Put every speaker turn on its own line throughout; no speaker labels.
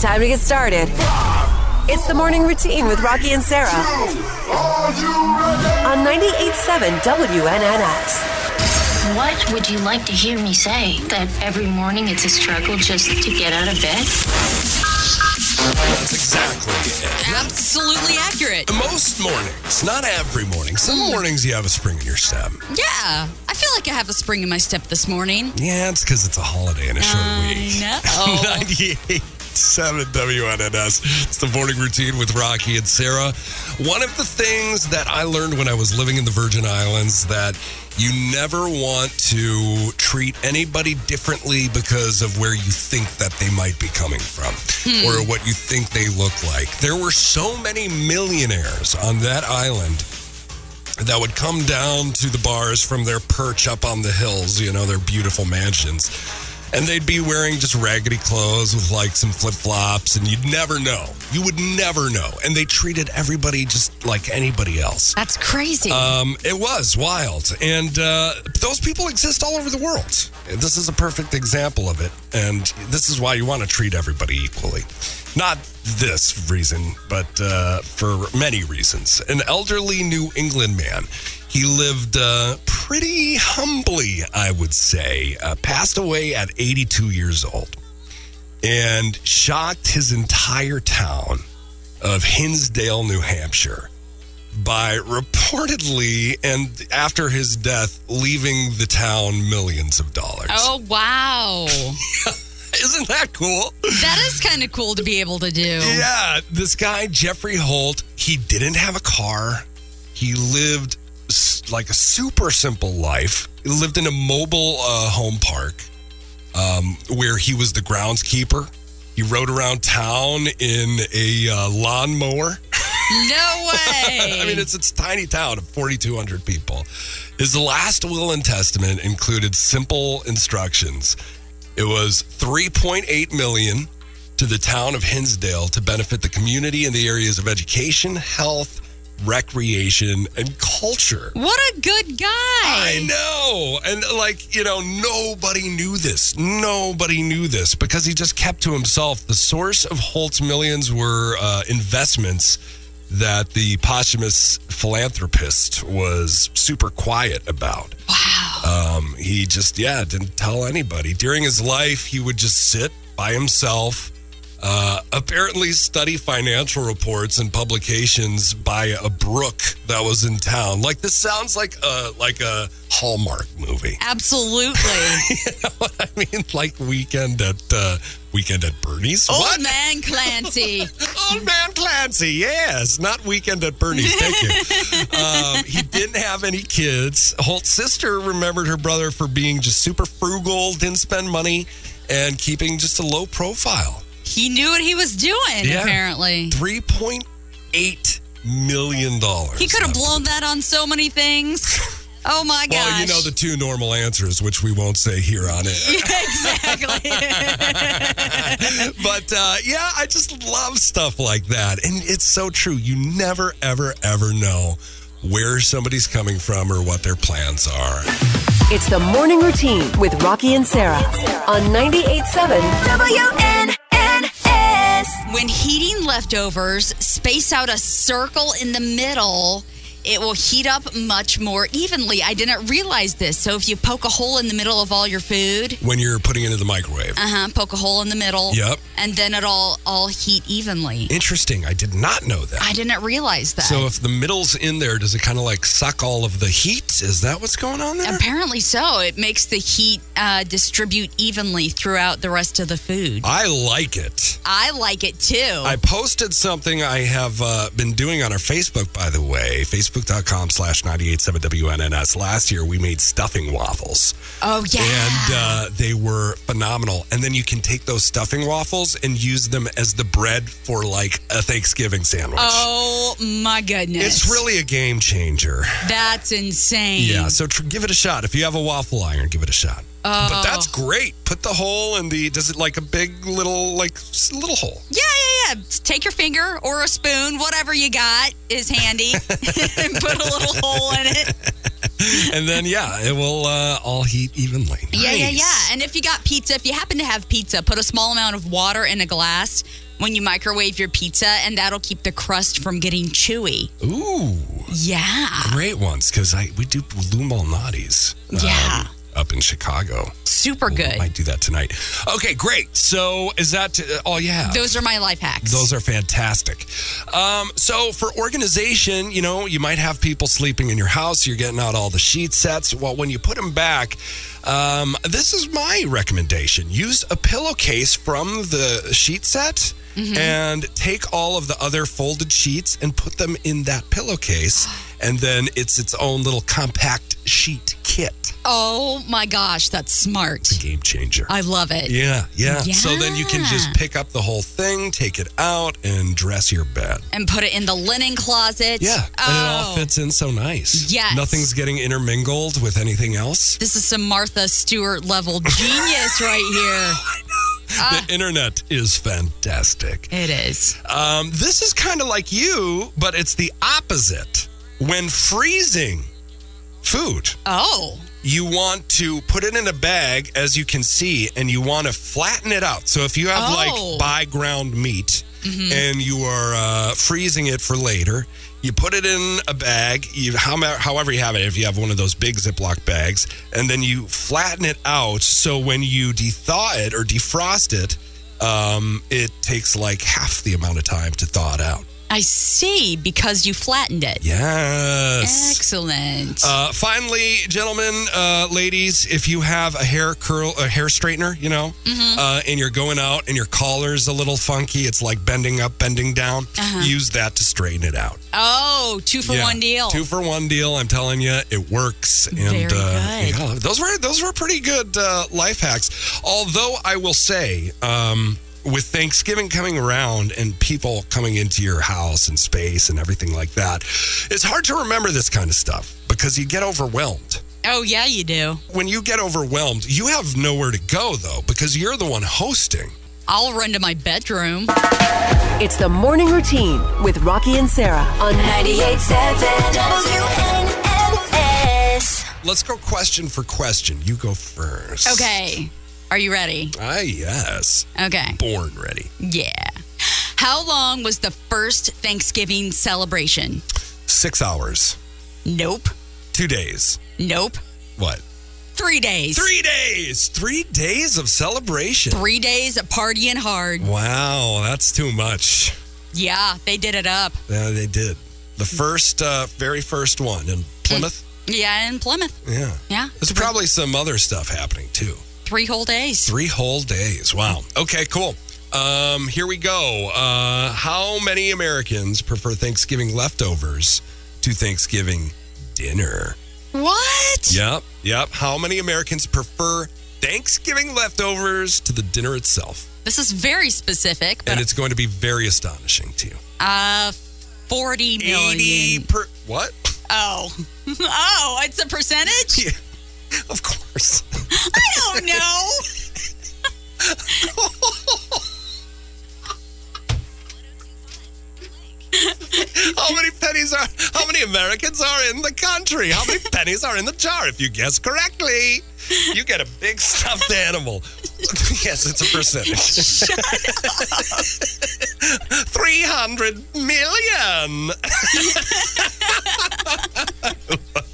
Time to get started. It's the morning routine with Rocky and Sarah on 98.7 WNNX.
What would you like to hear me say? That every morning it's a struggle just to get out of bed?
That's exactly it.
Absolutely accurate.
Most mornings, not every morning. Some
Hmm.
mornings you have a spring in your step.
Yeah. I feel like I have a spring in my step this morning.
Yeah, it's because it's a holiday and a short
I
week.
know.
Oh. 98. 7 WNNS. It's the morning routine with Rocky and Sarah. One of the things that I learned when I was living in the Virgin Islands that you never want to treat anybody differently because of where you think that they might be coming from
Hmm.
or what you think they look like. There were so many millionaires on that island that would come down to the bars from their perch up on the hills, you know, their beautiful mansions. And they'd be wearing just raggedy clothes with like some flip flops, and you'd never know. You would never know. And they treated everybody just like anybody else.
That's crazy.
Um, it was wild. And uh, those people exist all over the world. And This is a perfect example of it. And this is why you want to treat everybody equally. Not this reason, but uh, for many reasons. An elderly New England man. He lived uh, pretty humbly, I would say. Uh, passed away at 82 years old and shocked his entire town of Hinsdale, New Hampshire by reportedly and after his death leaving the town millions of dollars.
oh, wow.
Isn't that cool?
that is kind of cool to be able to do.
Yeah, this guy Jeffrey Holt, he didn't have a car. He lived s- like a super simple life. He lived in a mobile uh, home park um, where he was the groundskeeper. He rode around town in a uh, lawnmower.
No way.
I mean, it's it's a tiny town of 4,200 people. His last will and testament included simple instructions. It was 3.8 million to the town of Hinsdale to benefit the community in the areas of education, health, recreation, and culture.
what a good guy.
I know. And like, you know, nobody knew this. Nobody knew this because he just kept to himself. The source of Holt's millions were uh, investments that the posthumous philanthropist was super quiet about. Wow. Um, he just, yeah, didn't tell anybody. During his life, he would just sit by himself. Uh, apparently, study financial reports and publications by a brook that was in town. Like this sounds like a like a Hallmark movie.
Absolutely.
I mean, like weekend at uh, weekend at Bernie's.
Old man Clancy.
Oh, Old man Clancy, yes, not weekend at Bernie's. Thank you. um, he didn't have any kids. Holt's sister remembered her brother for being just super frugal, didn't spend money, and keeping just a low profile.
He knew what he was doing,
Yeah.
apparently.
Three point eight million dollars.
He could have blown that on so many things. Oh, my gosh.
Well, you know the two normal answers, which we won't say here on it.
exactly.
But uh, yeah, I just love stuff like that. And it's so true. You never, ever, ever know where somebody's coming from or what their plans are.
It's the morning routine with Rocky and Sarah on 98.7 WNNX.
When heating leftovers, space out a circle in the middle. It will heat up much more evenly. I didn't realize this. So if you poke a hole in the middle of all your food,
When you're putting it into the microwave.
uh huh, poke a hole in the middle.
Yep.
And then it'll all heat evenly.
Interesting. I did not know that.
I didn't realize that.
So if the middle's in there, does it kind of like suck all of the heat? Is that what's going on there?
Apparently so. It makes the heat uh, distribute evenly throughout the rest of the food.
I like it.
I like it too.
I posted something I have uh, been doing on our Facebook, by the way, facebook.com slash 987WNNS. Last year, we made stuffing waffles.
oh, yeah.
and uh, they were phenomenal. And then you can take those stuffing waffles and use them as the bread for like a Thanksgiving sandwich.
oh, my goodness.
It's really a game changer.
That's insane.
Yeah, so tr- give it a shot. If you have a waffle iron, give it a shot. But that's
Oh.
great. Put the hole in the. Does it like a big little like s- little hole?
Yeah, yeah, yeah. Take your finger or a spoon, whatever you got is handy, and put a little hole in it.
and then yeah, it will uh, all heat evenly.
Yeah, yeah,
Nice.
yeah. And if you got pizza, if you happen to have pizza, put a small amount of water in a glass when you microwave your pizza, and that'll keep the crust from getting chewy.
Ooh,
Yeah.
great ones because I we do Blue Malnati's. um,
Yeah.
up in Chicago.
Super
I
good.
might do that tonight. Okay, great. So is that uh, all you have?
Those are my life hacks.
Those are fantastic. Um, so for organization, you know, you might have people sleeping in your house. You're getting out all the sheet sets. Well, when you put them back, um, this is my recommendation: use a pillowcase from the sheet set. And take all of the other folded sheets and put them in that pillowcase. And then it's its own little compact sheet kit.
oh my gosh, that's smart.
Game changer.
I love it.
Yeah, yeah, So then you can just
Uh, Yeah.
pick up the whole thing, take it out, and dress your bed.
And put it in the linen closet.
Yeah,
Oh,
and it all fits in so nice.
Yes.
nothing's getting intermingled with anything else.
This is some Martha Stewart level genius right Ah.
the internet is fantastic.
here. It is.
Um, this is kind of like you, but it's the opposite. When freezing food,
Oh.
you want to put it in a bag, as you can see, and you want to flatten it out. So if you have
Oh.
like buy ground meat and you are uh, freezing it for later, you put it in a bag, you, how, however you have it, if you have one of those big Ziploc bags, and then you flatten it out. So when you thaw it or defrost it, um, it takes like half the amount of time to thaw it out.
I see, because you flattened it.
Yes.
Excellent.
Uh, finally, gentlemen, uh, ladies, if you have a hair curl, a hair straightener, you know, uh, and you're going out and your collar's a little funky, it's like bending up, bending down. Use that to straighten it out.
oh, two for
Yeah.
one deal.
Two for one deal. I'm telling you, it works. And
Very
uh,
good.
yeah, those were those were pretty good uh, life hacks. Although I will say. Um, with Thanksgiving coming around and people coming into your house and space and everything like that, it's hard to remember this kind of stuff because you get overwhelmed
oh, yeah, you do.
when you get overwhelmed, you have nowhere to go though because you're the one hosting.
I'll run to my bedroom.
It's the morning routine with Rocky and Sarah on 98.7 WNNS.
Let's go question for question. You go first.
Okay. Are you ready?
Ah, yes.
Okay.
Born ready.
Yeah. How long was the first Thanksgiving celebration?
Six hours.
Nope.
Two days.
Nope.
What?
Three days.
Three days. Three days of celebration.
Three days of partying hard.
Wow, that's too much.
Yeah, they did it up.
Yeah, they did. The first, uh, very first one in Plymouth.
Yeah, in Plymouth.
Yeah.
Yeah.
There's probably some other stuff happening too.
Three whole days.
Three whole days. Wow. Okay, cool. Um, here we go. Uh, how many Americans prefer Thanksgiving leftovers to Thanksgiving dinner?
What?
Yep, yep. How many Americans prefer Thanksgiving leftovers to the dinner itself?
This is very specific,
And
but
it's going to be very astonishing to you.
uh, 40
Eighty
million.
per what?
Oh. Oh, it's a percentage?
Yeah, of course.
I don't know.
How many pennies are? How many Americans are in the country? How many pennies are in the jar? If you guess correctly, you get a big stuffed animal. yes, it's a percentage.
Shut
Three hundred million.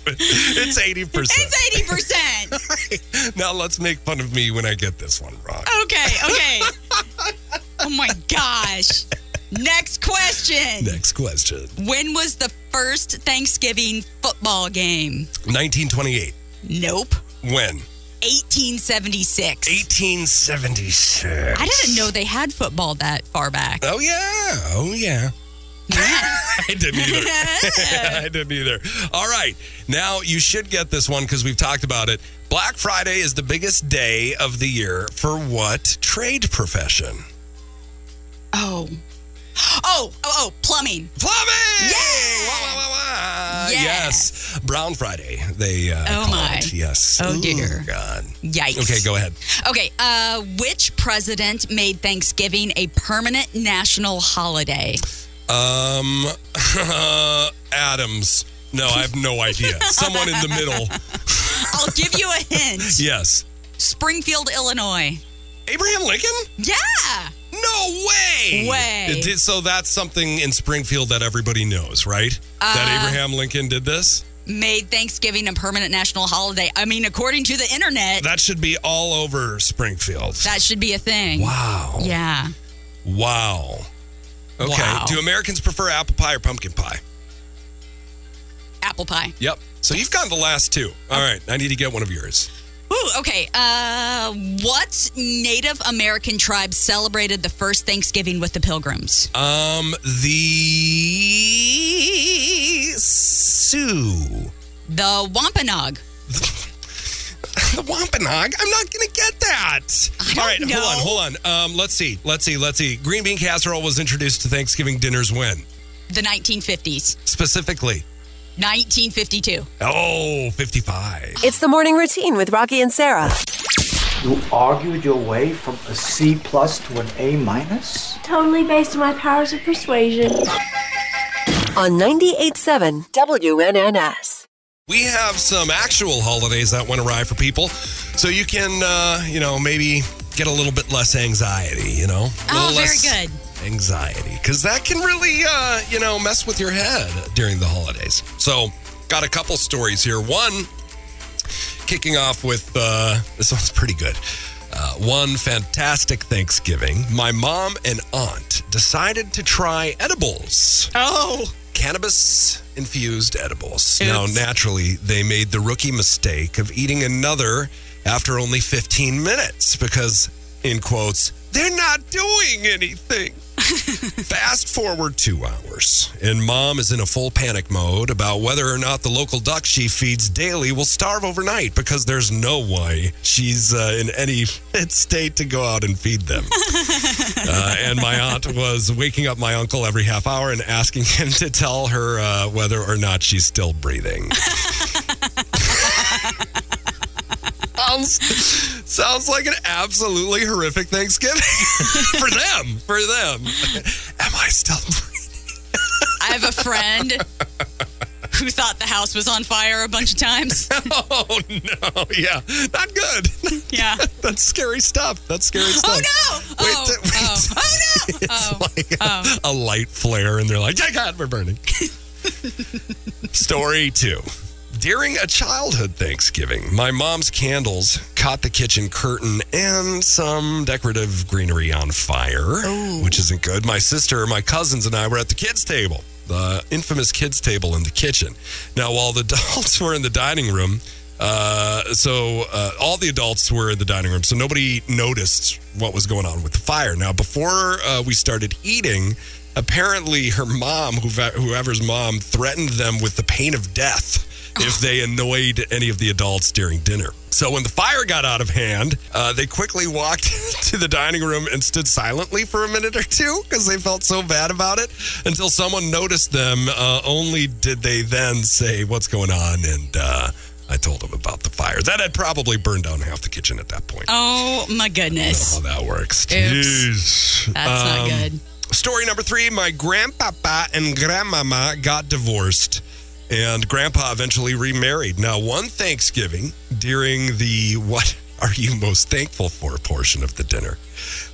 it's eighty percent.
It's 80%.
Now let's make fun of me when I get this one wrong.
Okay, okay. oh my gosh. Next question.
Next question.
When was the first Thanksgiving football game?
1928.
Nope.
When?
1876.
1876.
I didn't know they had football that far back.
Oh yeah. Oh yeah. I didn't either.
Oh.
I didn't either. All right. Now you should get this one because we've talked about it. Black Friday is the biggest day of the year for what trade profession?
oh. Oh, oh, oh, plumbing.
Plumbing!
Yeah!
Wah, wah, wah, wah.
Yeah.
Yes. Brown Friday, they uh,
Oh,
call
my.
it. Yes.
Oh,
Ooh,
dear.
God.
Yikes.
Okay, go ahead.
Okay, uh, which president made Thanksgiving a permanent national holiday?
Um, Adams. No, I have no idea. Someone in the middle.
I'll give you a hint.
Yes.
Springfield, Illinois.
Abraham Lincoln?
Yeah.
No way.
Way.
It did, so that's something in Springfield that everybody knows, right? that
Uh,
Abraham Lincoln did this.
Made Thanksgiving a permanent national holiday. I mean, according to the internet,
That should be all over Springfield.
that should be a thing.
wow.
Yeah.
Wow. Okay.
Wow.
Do Americans prefer apple pie or pumpkin pie?
Apple pie.
Yep. So you've gotten the last two. All right. I need to get one of yours.
Ooh, okay. Uh, what Native American tribe celebrated the first Thanksgiving with the Pilgrims?
Um, the Sioux.
The Wampanoag.
The Wampanoag? I'm not going to get that.
don't
All right,
know.
hold on, hold on. Um, let's see, let's see, let's see. Green bean casserole was introduced to Thanksgiving dinners when?
The 1950s.
Specifically?
1952.
Oh, 55.
It's the morning routine with Rocky and Sarah.
You argued your way from a C plus to an A minus?
totally based on my powers of persuasion.
On 98.7 WNNS.
We have some actual holidays that went awry for people, so you can, uh, you know, maybe get a little bit less anxiety, you know? A
Oh,
little
very
less
good.
Anxiety, because that can really, uh, you know, mess with your head during the holidays. So, got a couple stories here. One, kicking off with uh, this one's pretty good. Uh, one fantastic Thanksgiving, my mom and aunt decided to try edibles
Oh.
cannabis infused edibles. Now, naturally, they made the rookie mistake of eating another after only 15 minutes because, in quotes, they're not doing anything. Fast forward two hours, and mom is in a full panic mode about whether or not the local duck she feeds daily will starve overnight because there's no way she's uh, in any fit state to go out and feed them. Uh, and my aunt was waking up my uncle every half hour and asking him to tell her uh, whether or not she's still breathing. sounds sounds like an absolutely horrific Thanksgiving for them. For them, am I still? breathing?
I have a friend who thought the house was on fire a bunch of times.
Oh no! Yeah, not good.
Yeah.
That's scary stuff. That's scary
Oh,
stuff.
no.
Wait,
oh,
t- wait,
oh,
t-
oh, no.
It's
Oh.
like a, a light flare, and they're like, "Yeah, God, we're burning." Story two. During a childhood Thanksgiving, my mom's candles caught the kitchen curtain and some decorative greenery on fire, which isn't good. My sister, my cousins, and I were at the kids' table, the infamous kids' table in the kitchen. Now, while the adults were in the dining room, uh, so uh, all the adults were in the dining room, so nobody noticed what was going on with the fire. Now, before uh, we started eating, apparently her mom, whoever- whoever's mom, threatened them with the pain of death if they annoyed any of the adults during dinner. So when the fire got out of hand, uh, they quickly walked to the dining room and stood silently for a minute or two because they felt so bad about it. Until someone noticed them, uh, only did they then say, "What's going on?" and uh, I told them about the fire that had probably burned down half the kitchen at that point.
Oh, my goodness.
How that works.
Oops.
Jeez.
That's
Um,
not good.
Story number three my grandpapa and grandmama got divorced, and grandpa eventually remarried. Now, one Thanksgiving during the what are you most thankful for portion of the dinner,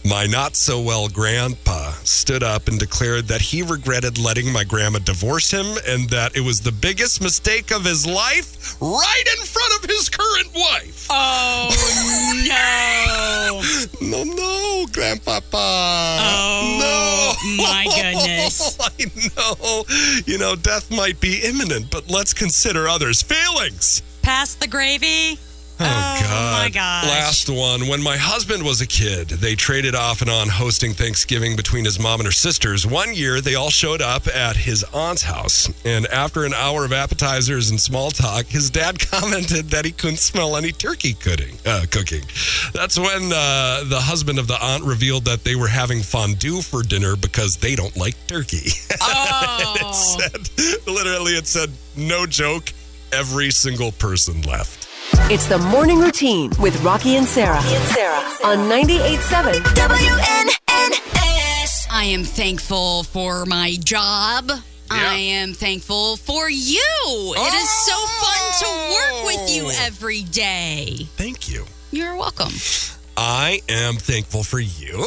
my not so well grandpa stood up and declared that he regretted letting my grandma divorce him and that it was the biggest mistake of his life right in front of his current wife.
Oh, no.
No, no, Grandpapa.
Oh,
no.
my goodness.
I know. You know, death might be imminent, but let's consider others' feelings.
Pass the gravy.
Oh,
Oh, my gosh.
Last one. When my husband was a kid, they traded off and on hosting Thanksgiving between his mom and her sisters. One year, they all showed up at his aunt's house. And after an hour of appetizers and small talk, his dad commented that he couldn't smell any turkey cooking. Uh, cooking. That's when uh, the husband of the aunt revealed that they were having fondue for dinner because they don't like turkey.
Oh.
said, literally, it said, no joke, every single person left.
It's the morning routine with Rocky and Sarah. On 98.7
I am thankful for my job,
Yeah.
I am thankful for you. It is so fun to work with you every day.
Thank you.
You're welcome.
I am thankful for you.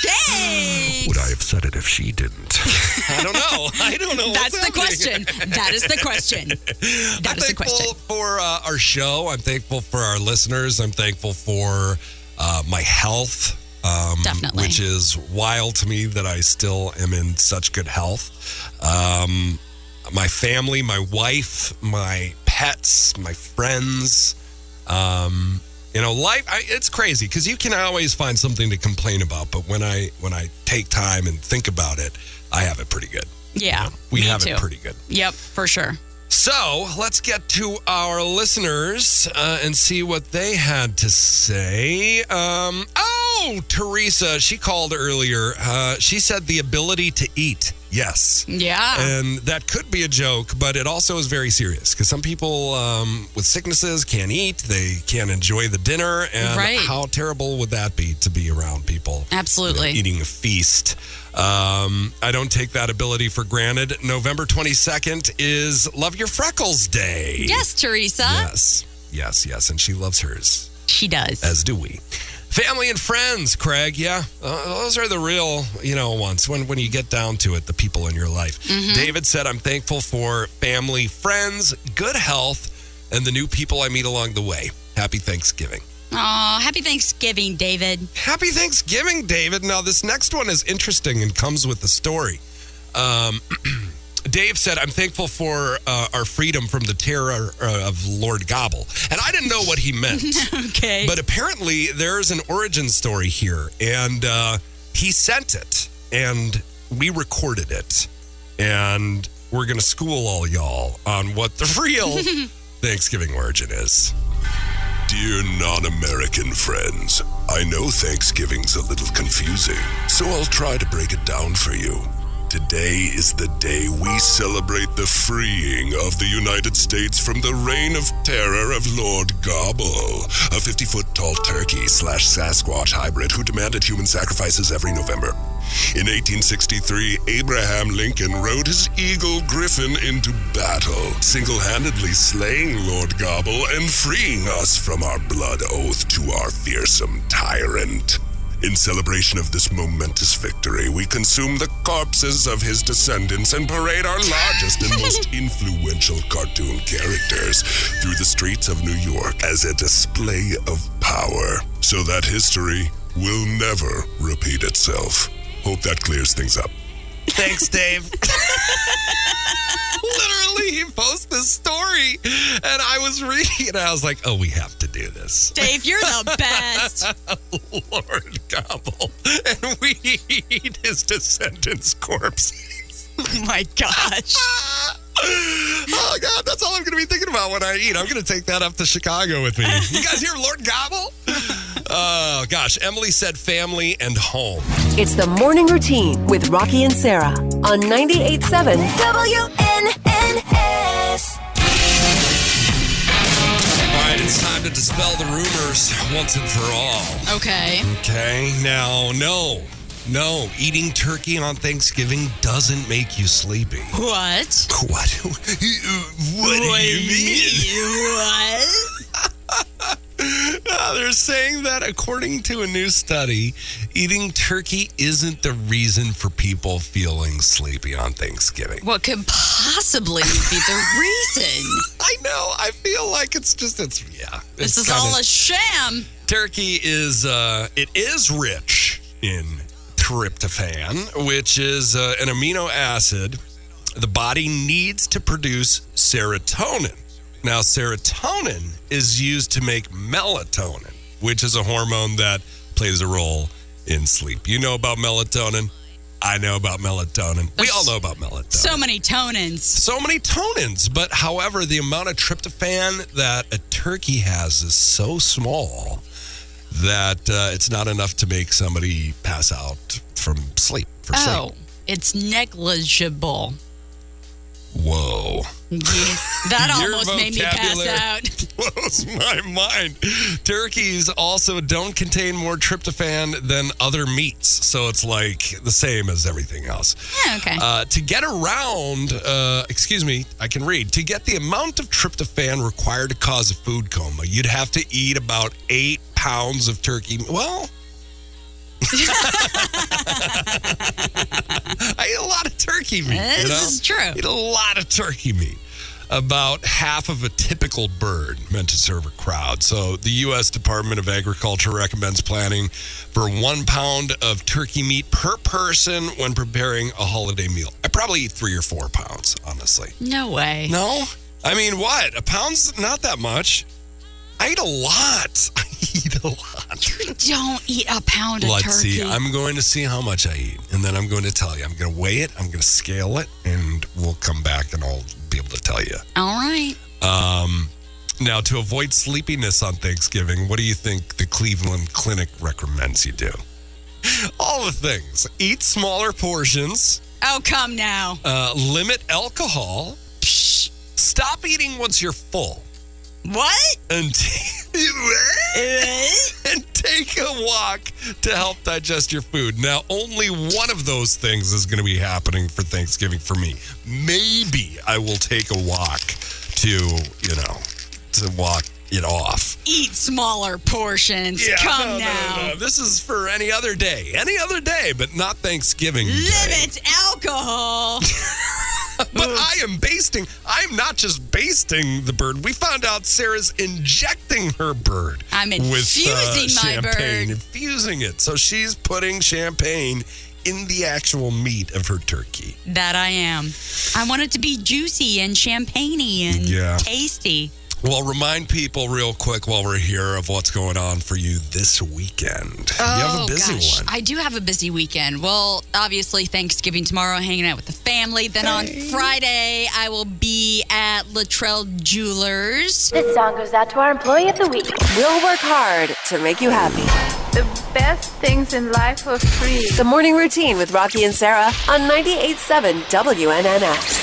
Thanks.
Would I have said it if she didn't?
I don't know. I don't know. what's
That's the
happening.
question. That is the question. That
I'm
is the
thankful
question.
for uh, our show. I'm thankful for our listeners. I'm thankful for uh, my health. Um,
Definitely.
Which is wild to me that I still am in such good health. Um, my family, my wife, my pets, my friends. Um, you know, life I, it's crazy because you can always find something to complain about. But when I when I take time and think about it, I have it pretty good.
Yeah.
We
me
have
too.
it pretty good.
Yep, for sure.
So let's get to our listeners uh, and see what they had to say. Um, oh, Teresa, she called earlier. Uh, she said the ability to eat. Yes.
Yeah.
And that could be a joke, but it also is very serious because some people um, with sicknesses can't eat, they can't enjoy the dinner. And
Right.
how terrible would that be to be around people?
Absolutely.
eating a feast. Um, I don't take that ability for granted. November 22nd is Love Your Freckles Day.
Yes, Teresa.
Yes. Yes, yes. And she loves hers,
She does.
as do we. Family and friends, Craig. Yeah, uh, those are the real, you know, ones. When when you get down to it, the people in your life.
Mm-hmm.
David said, "I'm thankful for family, friends, good health, and the new people I meet along the way." Happy Thanksgiving.
Aw, happy Thanksgiving, David.
Happy Thanksgiving, David. Now, this next one is interesting and comes with the story. Um, Dave said, I'm thankful for uh, our freedom from the terror uh, of Lord Gobble. And I didn't know what he meant.
Okay.
But apparently, there's an origin story here, and uh, he sent it, and we recorded it, and we're gonna school all y'all on what the real Thanksgiving origin is.
Dear non American friends, I know Thanksgiving's a little confusing, so I'll try to break it down for you. Today is the day we celebrate the freeing of the United States from the reign of terror of Lord Gobble, a 50 foot tall turkey slash Sasquatch hybrid who demanded human sacrifices every November. In 1863, Abraham Lincoln rode his eagle griffin into battle, single handedly slaying Lord Gobble and freeing us from our blood oath to our fearsome tyrant. In celebration of this momentous victory, we consume the corpses of his descendants and parade our largest and most influential cartoon characters through the streets of New York as a display of power, so that history will never repeat itself. Hope that clears things up.
Thanks, Dave. Literally, he posted this story, and I was reading it, and I was like, oh, we have to do this.
Dave, you're the best.
Lord Gobble, and we eat his descendants' corpses.
oh my gosh.
oh God, that's all I'm going to be thinking about when I eat. I'm going to take that up to Chicago with me. You guys hear Lord Gobble? Oh gosh, Emily said family and home.
It's the morning routine with Rocky and Sarah on 98.7 WNNS.
All right, it's time to dispel the rumors once and for all.
Okay.
Okay, now no, no, eating turkey on Thanksgiving doesn't make you sleepy.
What?
What? what do you mean?
What?
Uh, they're saying that according to a new study, eating turkey isn't the reason for people feeling sleepy on Thanksgiving.
What could possibly be the reason?
I know. I feel like it's just it's yeah.
This is all a sham.
turkey is uh it is rich in tryptophan, which is uh, an amino acid the body needs to produce serotonin. Now serotonin is used to make melatonin, which is a hormone that plays a role in sleep. You know about melatonin? I know about melatonin. We all know about melatonin
So many tonins.
so many tonins, but however, the amount of tryptophan that a turkey has is so small that uh, it's not enough to make somebody pass out from sleep. For
Oh,
sleep.
it's negligible.
Whoa.
That
Your
almost made me pass
vocabulary.
out.
blows my mind. Turkeys also don't contain more tryptophan than other meats, so it's like the same as everything else.
Yeah, okay.
Uh, to get around, uh, excuse me, I can read. To get the amount of tryptophan required to cause a food coma, you'd have to eat about eight pounds of turkey. Well, I eat a lot of turkey meat.
Eh, This
you know?
is true.
Eat a lot of turkey meat. About half of a typical bird meant to serve a crowd. So the U.S. Department of Agriculture recommends planning for one pound of turkey meat per person when preparing a holiday meal. I probably eat three or four pounds, honestly.
No way.
No? I mean, what? A pound's not that much. I eat a lot. I eat a lot.
Don't eat a pound of
Let's
turkey.
see. I'm going to see how much I eat, and then I'm going to tell you. I'm going to weigh it. I'm going to scale it, and we'll come back, and I'll be able to tell you.
All right.
Um, now, to avoid sleepiness on Thanksgiving, what do you think the Cleveland Clinic recommends you do? All the things: eat smaller portions,
Oh, come now.
uh, limit alcohol, stop eating once you're full,
What?
and. and take a walk to help digest your food. Now, only one of those things is going to be happening for Thanksgiving for me. Maybe I will take a walk to, you know, to walk it off.
Eat smaller portions.
no,
come
no,
now.
no, no. This is for any other day. Any other day, but not Thanksgiving. Day.
Limit alcohol.
But I am basting, I'm not just basting the bird. We found out Sarah's injecting her bird. uh,
I'm infusing my
champagne,
bird.
infusing it. So she's putting champagne in the actual meat of her turkey.
that I am. I want it to be juicy and champagne and
Yeah.
tasty.
Well, remind people real quick while we're here of what's going on for you this weekend. you have a
Oh,
busy
gosh.
one.
I do have a busy weekend. Well, obviously, Thanksgiving tomorrow, hanging out with the family. Then on Friday, I will be at Latrell Jewelers.
This song goes out to our employee of the week.
We'll work hard to make you happy.
The best things in life are free.
The morning routine with Rocky and Sarah on 98.7 WNNX.